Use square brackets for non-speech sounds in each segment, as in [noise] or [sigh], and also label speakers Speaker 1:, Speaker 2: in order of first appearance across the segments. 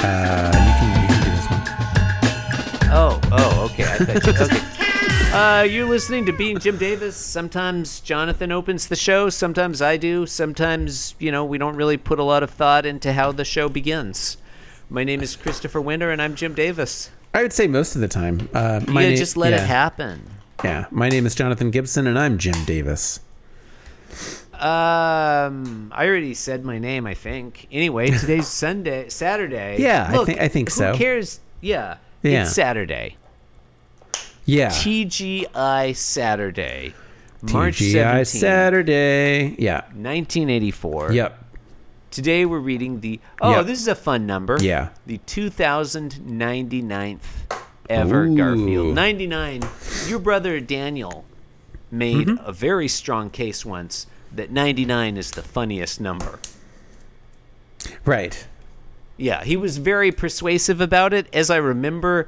Speaker 1: uh,
Speaker 2: Perfect. Oh, Okay. Uh, you're listening to Being Jim Davis. Sometimes Jonathan opens the show, sometimes I do. Sometimes, you know, we don't really put a lot of thought into how the show begins. My name is Christopher Winter, and I'm Jim Davis.
Speaker 1: I would say most of the time. Uh, my
Speaker 2: yeah,
Speaker 1: na-
Speaker 2: just let
Speaker 1: yeah,
Speaker 2: it happen.
Speaker 1: Yeah, my name is Jonathan Gibson, and I'm Jim Davis.
Speaker 2: Um, I already said my name, I think. Anyway,
Speaker 1: [laughs]
Speaker 2: today's Sunday, Saturday.
Speaker 1: Yeah, I
Speaker 2: Look,
Speaker 1: think- I think
Speaker 2: who
Speaker 1: so.
Speaker 2: cares? Yeah,
Speaker 1: Yeah.
Speaker 2: it's Saturday.
Speaker 1: Yeah,
Speaker 2: TGI Saturday, March
Speaker 1: TGI
Speaker 2: 17th,
Speaker 1: Saturday. Yeah,
Speaker 2: 1984.
Speaker 1: yep.
Speaker 2: Today we're reading the oh,
Speaker 1: Yep.
Speaker 2: this is a fun number.
Speaker 1: Yeah.
Speaker 2: the 2099th ever
Speaker 1: Ooh.
Speaker 2: Garfield 99. Your brother Daniel made
Speaker 1: Mm-hmm.
Speaker 2: a very strong case once that 99 is the funniest number.
Speaker 1: Right.
Speaker 2: Yeah, he was very persuasive about it. As I remember,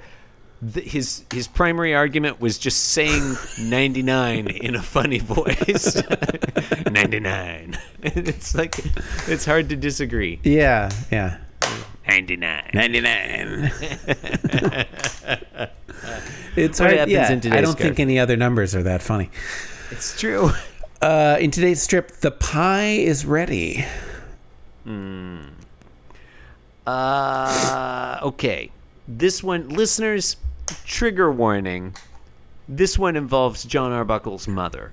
Speaker 2: th- his his primary argument was just
Speaker 1: [laughs]
Speaker 2: saying 99 in a funny voice. [laughs] 99. [laughs] it's like it's hard to disagree.
Speaker 1: Yeah. Yeah.
Speaker 2: 99.
Speaker 1: Ninety nine. [laughs] it's
Speaker 2: What
Speaker 1: hard.
Speaker 2: happens
Speaker 1: yeah,
Speaker 2: in
Speaker 1: I
Speaker 2: today's
Speaker 1: don't think
Speaker 2: code?
Speaker 1: any other numbers are that funny.
Speaker 2: It's true.
Speaker 1: Uh, in today's strip, the pie is ready.
Speaker 2: Uh, okay. This one, listeners, trigger warning. This one involves John Arbuckle's mother.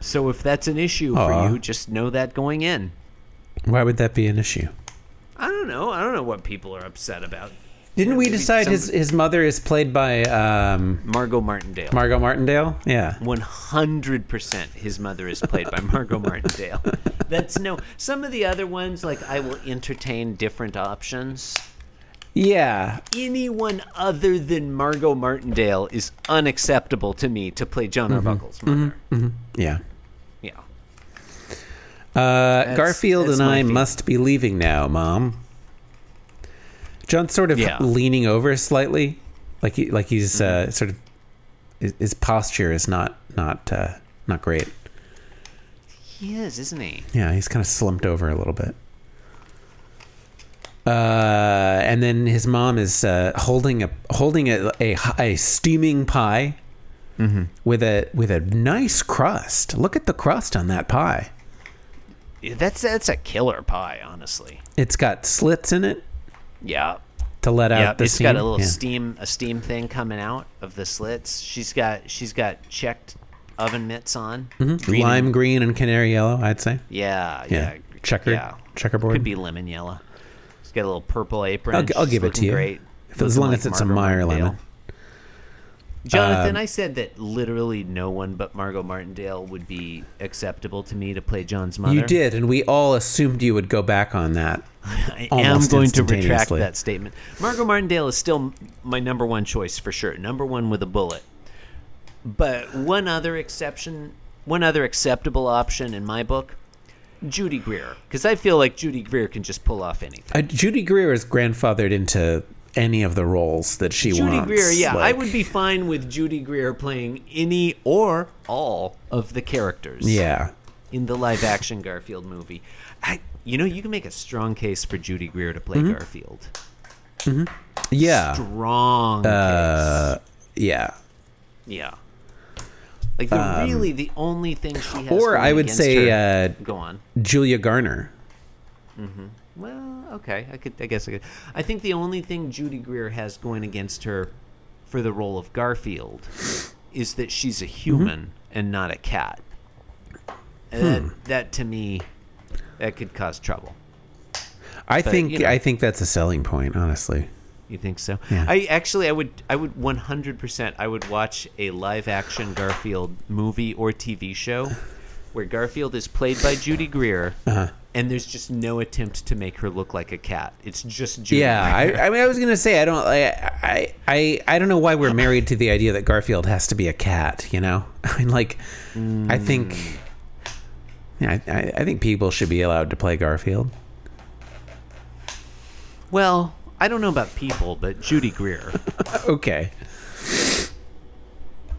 Speaker 2: So if that's an issue
Speaker 1: Aw.
Speaker 2: for you, just know that going in.
Speaker 1: Why would that be an issue?
Speaker 2: I don't know. I don't know what people are upset about.
Speaker 1: Didn't we
Speaker 2: Maybe
Speaker 1: decide
Speaker 2: some-
Speaker 1: his his mother is played by um,
Speaker 2: Margot Martindale.
Speaker 1: Margot Martindale? Yeah.
Speaker 2: 100% his mother is played by Margot Martindale. That's no. Some of the other ones, like I will entertain different options.
Speaker 1: Yeah.
Speaker 2: anyone other than Margot Martindale is unacceptable to me to play John
Speaker 1: Mm-hmm.
Speaker 2: Arbuckle's mother.
Speaker 1: Yeah.
Speaker 2: Yeah.
Speaker 1: Uh, Garfield
Speaker 2: that's
Speaker 1: and I
Speaker 2: my feeling.
Speaker 1: must be leaving now, Mom. John's sort of
Speaker 2: Yeah. Mm-hmm.
Speaker 1: leaning over slightly, like he, like he's uh, sort of his, his posture is not not uh, not great.
Speaker 2: He is, isn't he?
Speaker 1: Yeah, he's kind of slumped over a little bit. Uh, and then his mom is uh, holding a holding a, a, a steaming pie with a with a nice crust. Look at the crust on that pie.
Speaker 2: Yeah, That's that's a killer pie, honestly.
Speaker 1: It's got slits in it
Speaker 2: Yeah.
Speaker 1: to let out
Speaker 2: Yeah,
Speaker 1: the
Speaker 2: it's
Speaker 1: steam.
Speaker 2: got a little
Speaker 1: Yeah.
Speaker 2: steam a steam thing coming out of the slits. She's got she's got checked oven mitts on. Green and-
Speaker 1: Mm-hmm. lime green and canary yellow. I'd say.
Speaker 2: Yeah,
Speaker 1: Yeah,
Speaker 2: yeah.
Speaker 1: checkered
Speaker 2: Yeah.
Speaker 1: checkerboard.
Speaker 2: Could be lemon yellow. She's got a little purple apron.
Speaker 1: I'll g- I'll
Speaker 2: She's
Speaker 1: give it to
Speaker 2: looking
Speaker 1: you.
Speaker 2: Great.
Speaker 1: If- as long
Speaker 2: Looking
Speaker 1: as it's a
Speaker 2: Margot
Speaker 1: Meyer
Speaker 2: Martindale.
Speaker 1: lemon. Um,
Speaker 2: Jonathan, I said that literally no one but Margot Martindale would be acceptable to me to play John's mother.
Speaker 1: You did, and we all assumed you would go back on that.
Speaker 2: I am
Speaker 1: almost
Speaker 2: going to retract
Speaker 1: instantaneously.
Speaker 2: that statement. Margot Martindale is still m- my number one choice for sure. Number one with a bullet. But one other exception, one other acceptable option in my book, Judy Greer, because I feel like Judy Greer can just pull off anything.
Speaker 1: Uh, Judy Greer is grandfathered into any of the roles that she
Speaker 2: Judy
Speaker 1: wants.
Speaker 2: Greer, yeah, I
Speaker 1: like-
Speaker 2: would be fine with Judy Greer playing any or all of the characters.
Speaker 1: Yeah,
Speaker 2: in the live action Garfield movie. I, you know, you can make a strong case for Judy Greer to
Speaker 1: Mm-hmm.
Speaker 2: play Garfield.
Speaker 1: yeah,
Speaker 2: Strong
Speaker 1: uh, yeah.
Speaker 2: case. Yeah. Like the, really the only thing she
Speaker 1: um,
Speaker 2: has.
Speaker 1: Or I
Speaker 2: going
Speaker 1: would
Speaker 2: against
Speaker 1: say
Speaker 2: her-
Speaker 1: uh,
Speaker 2: go on.
Speaker 1: Julia Garner.
Speaker 2: Well, okay, I could. I guess I could. I think the only thing Judy Greer has going against her for the role of Garfield is that she's
Speaker 1: Mm-hmm.
Speaker 2: a human and not a cat. And
Speaker 1: Hmm.
Speaker 2: that, that to me, that could cause trouble.
Speaker 1: I think
Speaker 2: you know.
Speaker 1: I think that's a selling point, honestly.
Speaker 2: You think so?
Speaker 1: Yeah.
Speaker 2: I actually, I would, I would, one hundred percent, I would watch a live action Garfield movie or TV
Speaker 1: [laughs]
Speaker 2: show where Garfield is played by Judy Greer,
Speaker 1: Uh-huh.
Speaker 2: and there's just no attempt to make her look like a cat. It's just Judy.
Speaker 1: Yeah,
Speaker 2: Greer.
Speaker 1: I, I mean, I was gonna say I don't, I, I, I, I don't know why we're married to the idea that Garfield has to be a cat. You know, [laughs] I mean, like, I think,
Speaker 2: Mm.
Speaker 1: yeah, I- I, I think people should be allowed to play Garfield.
Speaker 2: well, I don't know about people, but Judy Greer.
Speaker 1: [laughs] Okay,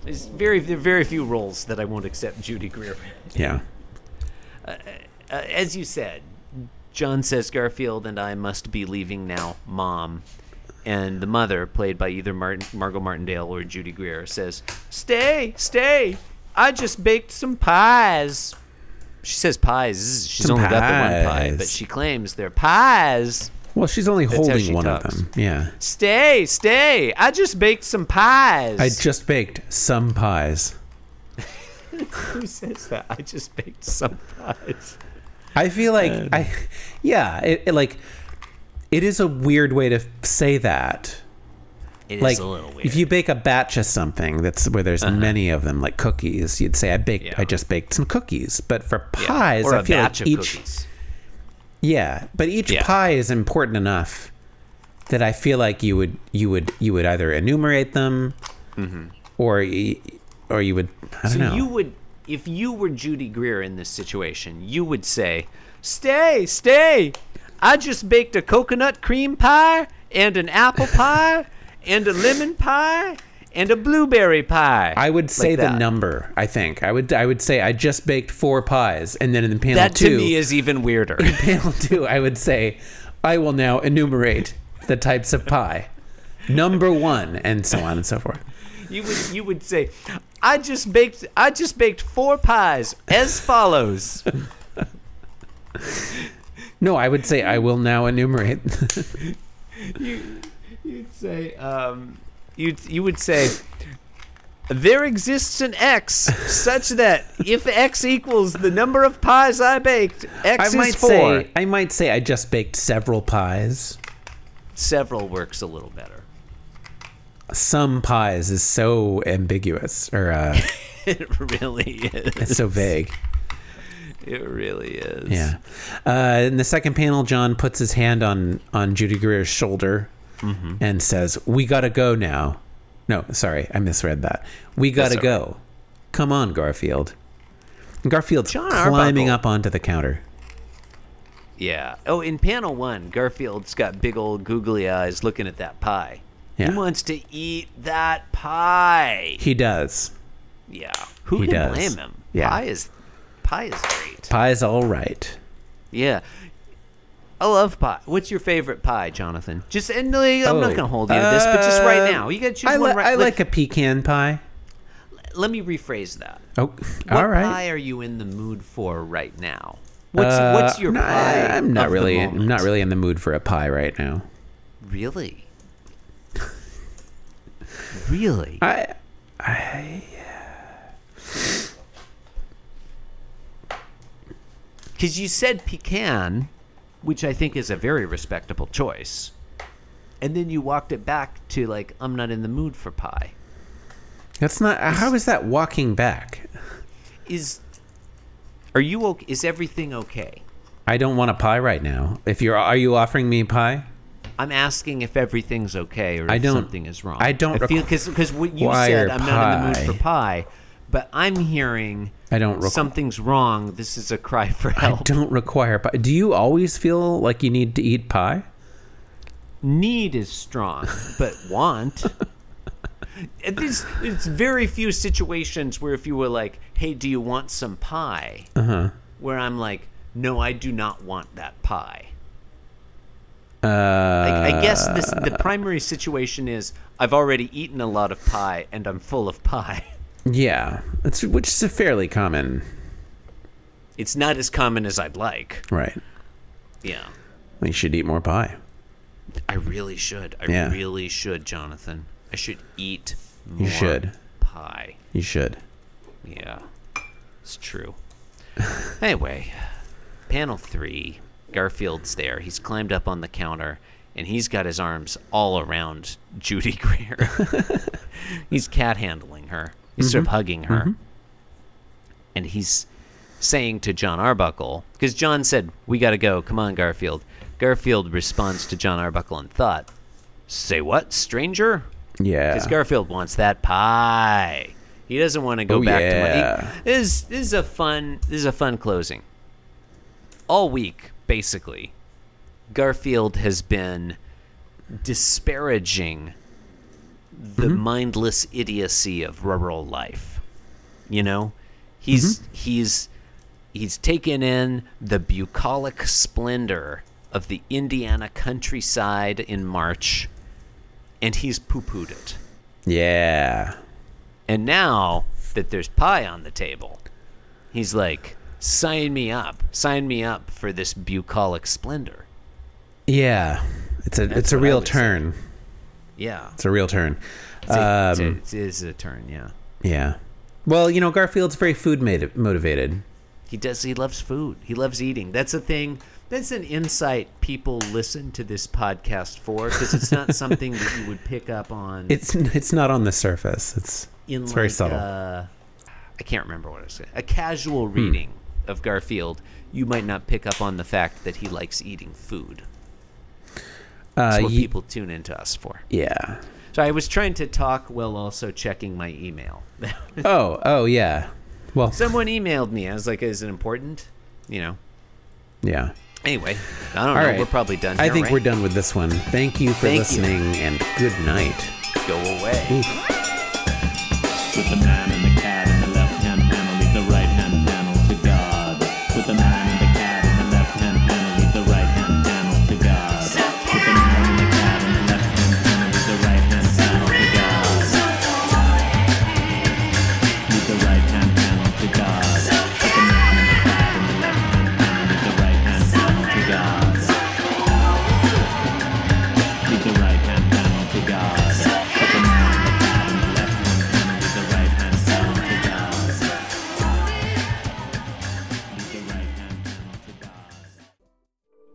Speaker 2: There's very, there are very few roles that I won't accept Judy Greer.
Speaker 1: yeah,
Speaker 2: Uh, as you said, John says Garfield and I must be leaving now, Mom. and the mother, played by either Martin, Margot Martindale or Judy Greer, says, "Stay, stay! I just baked some pies." She says pies. She's
Speaker 1: Some
Speaker 2: only got the one pie,
Speaker 1: pies.
Speaker 2: but she claims they're pies.
Speaker 1: Well, she's only
Speaker 2: how
Speaker 1: holding
Speaker 2: she
Speaker 1: one of
Speaker 2: talks.
Speaker 1: them. Yeah.
Speaker 2: Stay, stay! I just baked some pies. [laughs]
Speaker 1: I just baked some pies.
Speaker 2: Who says that? I just baked some pies.
Speaker 1: I feel like I, yeah, it, it, like it is a weird way to say that.
Speaker 2: It is
Speaker 1: Like,
Speaker 2: a little weird. Uh-huh.
Speaker 1: if you bake a batch of something that's where there's many of them, like cookies, you'd say I baked,
Speaker 2: Yeah.
Speaker 1: I just baked some cookies. But for
Speaker 2: Yeah.
Speaker 1: pies,
Speaker 2: or
Speaker 1: I
Speaker 2: a
Speaker 1: feel
Speaker 2: batch
Speaker 1: like
Speaker 2: of
Speaker 1: each,
Speaker 2: cookies.
Speaker 1: yeah, but each
Speaker 2: Yeah.
Speaker 1: pie is important enough that I feel like you would, you would, you would either enumerate them, or y or you would, I don't
Speaker 2: Mm-hmm. So
Speaker 1: know.
Speaker 2: you would, if you were Judy Greer in this situation, you would say, "Stay, stay! I just baked a coconut cream pie and an apple pie and a lemon pie and a blueberry pie."
Speaker 1: I would say the
Speaker 2: that.
Speaker 1: number. I think I would. I would say I just baked four pies, and then in the panel
Speaker 2: that
Speaker 1: two,
Speaker 2: to me is even
Speaker 1: [laughs]
Speaker 2: weirder.
Speaker 1: panel two, I would say I will now enumerate the types of pie. Number one, and so on and so forth.
Speaker 2: you would you would say, "I just baked I just baked four pies as follows."
Speaker 1: No, I would say I will now enumerate. [laughs]
Speaker 2: you, you'd say um, you you would say there exists an x such that if x equals the number of pies I baked,
Speaker 1: I
Speaker 2: x
Speaker 1: might
Speaker 2: is four.
Speaker 1: say I might say I just baked several pies.
Speaker 2: Several works a little better. [laughs]
Speaker 1: Some pies is so ambiguous or uh,
Speaker 2: It really
Speaker 1: [laughs]
Speaker 2: is.
Speaker 1: it's so vague.
Speaker 2: It really is.
Speaker 1: Yeah. Uh, in the second panel, John puts his hand on on Judy Greer's shoulder
Speaker 2: Mm-hmm.
Speaker 1: and says, "We gotta go now." No, sorry, I misread that. We gotta
Speaker 2: all
Speaker 1: go. Come on, Garfield. And Garfield's
Speaker 2: John
Speaker 1: climbing
Speaker 2: Arbuckle.
Speaker 1: up onto the counter.
Speaker 2: Yeah. Oh, in panel one, Garfield's got big old googly eyes looking at that pie.
Speaker 1: Yeah.
Speaker 2: He wants to eat that pie.
Speaker 1: He does.
Speaker 2: Yeah. Who
Speaker 1: He
Speaker 2: can
Speaker 1: does.
Speaker 2: blame him?
Speaker 1: Yeah.
Speaker 2: Pie is pie is great.
Speaker 1: Pie's all right.
Speaker 2: Yeah. I love pie. What's your favorite pie, Jonathan? Just and like, I'm
Speaker 1: Oh,
Speaker 2: not gonna hold you to this, but just
Speaker 1: uh,
Speaker 2: right now, you gotta choose
Speaker 1: I, li-
Speaker 2: one. Right,
Speaker 1: I like a pecan pie.
Speaker 2: Let me rephrase that.
Speaker 1: Oh,
Speaker 2: What
Speaker 1: all right.
Speaker 2: pie are you in the mood for right now? What's What's
Speaker 1: Uh,
Speaker 2: your
Speaker 1: no,
Speaker 2: pie?
Speaker 1: I'm not
Speaker 2: of the
Speaker 1: really. I'm
Speaker 2: moment?
Speaker 1: not really in the mood for a pie right now.
Speaker 2: Really. really.
Speaker 1: I,
Speaker 2: Because you said pecan, which I think is a very respectable choice, and then you walked it back to like I'm not in the mood for pie.
Speaker 1: that's not. How is that walking back?
Speaker 2: Is are you okay? Is everything okay?
Speaker 1: I don't want a pie right now. If you're, are you offering me pie?
Speaker 2: I'm asking if everything's okay or
Speaker 1: I
Speaker 2: if
Speaker 1: don't-
Speaker 2: something is wrong.
Speaker 1: I don't
Speaker 2: because because what you
Speaker 1: require
Speaker 2: said, I'm not in the
Speaker 1: pie.
Speaker 2: mood for pie, but I'm hearing
Speaker 1: I don't requ-
Speaker 2: something's wrong. This is a cry for
Speaker 1: I
Speaker 2: help.
Speaker 1: don't require pie. Do you always feel like you need to eat pie?
Speaker 2: Need is strong, but want.
Speaker 1: [laughs]
Speaker 2: And There's, there's very few situations where if you were like, "Hey, do you want some pie?"
Speaker 1: Uh-huh.
Speaker 2: Where I'm like, "No, I do not want that pie."
Speaker 1: Uh,
Speaker 2: Like, I guess this, the primary situation is I've already eaten a lot of pie and I'm full of pie. [laughs]
Speaker 1: yeah, it's, which is a fairly common,
Speaker 2: It's not as common as I'd like.
Speaker 1: right?
Speaker 2: Yeah.
Speaker 1: You should eat more pie.
Speaker 2: I really should. I
Speaker 1: Yeah.
Speaker 2: really should, Jonathan. I should eat more
Speaker 1: You should.
Speaker 2: pie.
Speaker 1: You should.
Speaker 2: Yeah. It's true. anyway, panel 3. Garfield's there. He's climbed up on the counter and he's got his arms all around Judy [laughs] Greer. he's cat handling her. He's sort of hugging her. And he's saying to John Arbuckle, because John said, We got to go. Come on, Garfield. Garfield responds to John Arbuckle in thought, Say what, stranger?
Speaker 1: Yeah.
Speaker 2: Because Garfield wants that pie. He doesn't want to go
Speaker 1: Oh,
Speaker 2: back to
Speaker 1: yeah.
Speaker 2: money. This this is a fun this is a fun closing. All week, basically, Garfield has been disparaging the
Speaker 1: Mm-hmm.
Speaker 2: mindless idiocy of rural life. You know, he's
Speaker 1: Mm-hmm.
Speaker 2: he's he's taken in the bucolic splendor of the Indiana countryside in March and he's poo pooed it.
Speaker 1: Yeah.
Speaker 2: And now that there's pie on the table, he's like, sign me up, sign me up for this bucolic splendor.
Speaker 1: Yeah. It's a it's a
Speaker 2: what I
Speaker 1: real
Speaker 2: would say.
Speaker 1: turn.
Speaker 2: Yeah.
Speaker 1: It's a real turn.
Speaker 2: It's a- it's a-
Speaker 1: Um,
Speaker 2: it's- it is a turn, yeah.
Speaker 1: yeah. Well, you know, Garfield's very food made, motivated.
Speaker 2: He does. He loves food. He loves eating. That's a thing. That's an insight people listen to this podcast for because it's
Speaker 1: [laughs]
Speaker 2: not something that you would pick up on
Speaker 1: It's it's not on the surface. It's
Speaker 2: in
Speaker 1: it's
Speaker 2: like,
Speaker 1: very subtle. Hmm.
Speaker 2: Uh, I can't remember what I said. A casual reading of Garfield, you might not pick up on the fact that he likes eating food.
Speaker 1: Uh,
Speaker 2: That's what
Speaker 1: ye-
Speaker 2: people tune into us for.
Speaker 1: yeah.
Speaker 2: So I was trying to talk while also checking my email. [laughs]
Speaker 1: Oh, oh yeah. Well,
Speaker 2: Someone emailed me. I was like, "Is it important?" You know.
Speaker 1: yeah.
Speaker 2: Anyway, I don't
Speaker 1: All
Speaker 2: know.
Speaker 1: right.
Speaker 2: We're probably done.
Speaker 1: I
Speaker 2: here,
Speaker 1: think
Speaker 2: right?
Speaker 1: we're done with this one. Thank you for
Speaker 2: Thank you.
Speaker 1: listening and good night.
Speaker 2: Go away.
Speaker 3: With the man and the cat in the left hand panel, leave the right hand panel to God. With the man and the cat in the left hand panel, leave the right hand panel to God. With the man and the cat in the left hand panel, leave the right hand panel to God. Leave the right hand panel to God. With the man and the cat in the left hand panel, leave the right hand panel to God. Leave the right hand panel to God. With the man and the cat in the left hand panel, leave the right hand panel to God. Leave the right hand panel to God.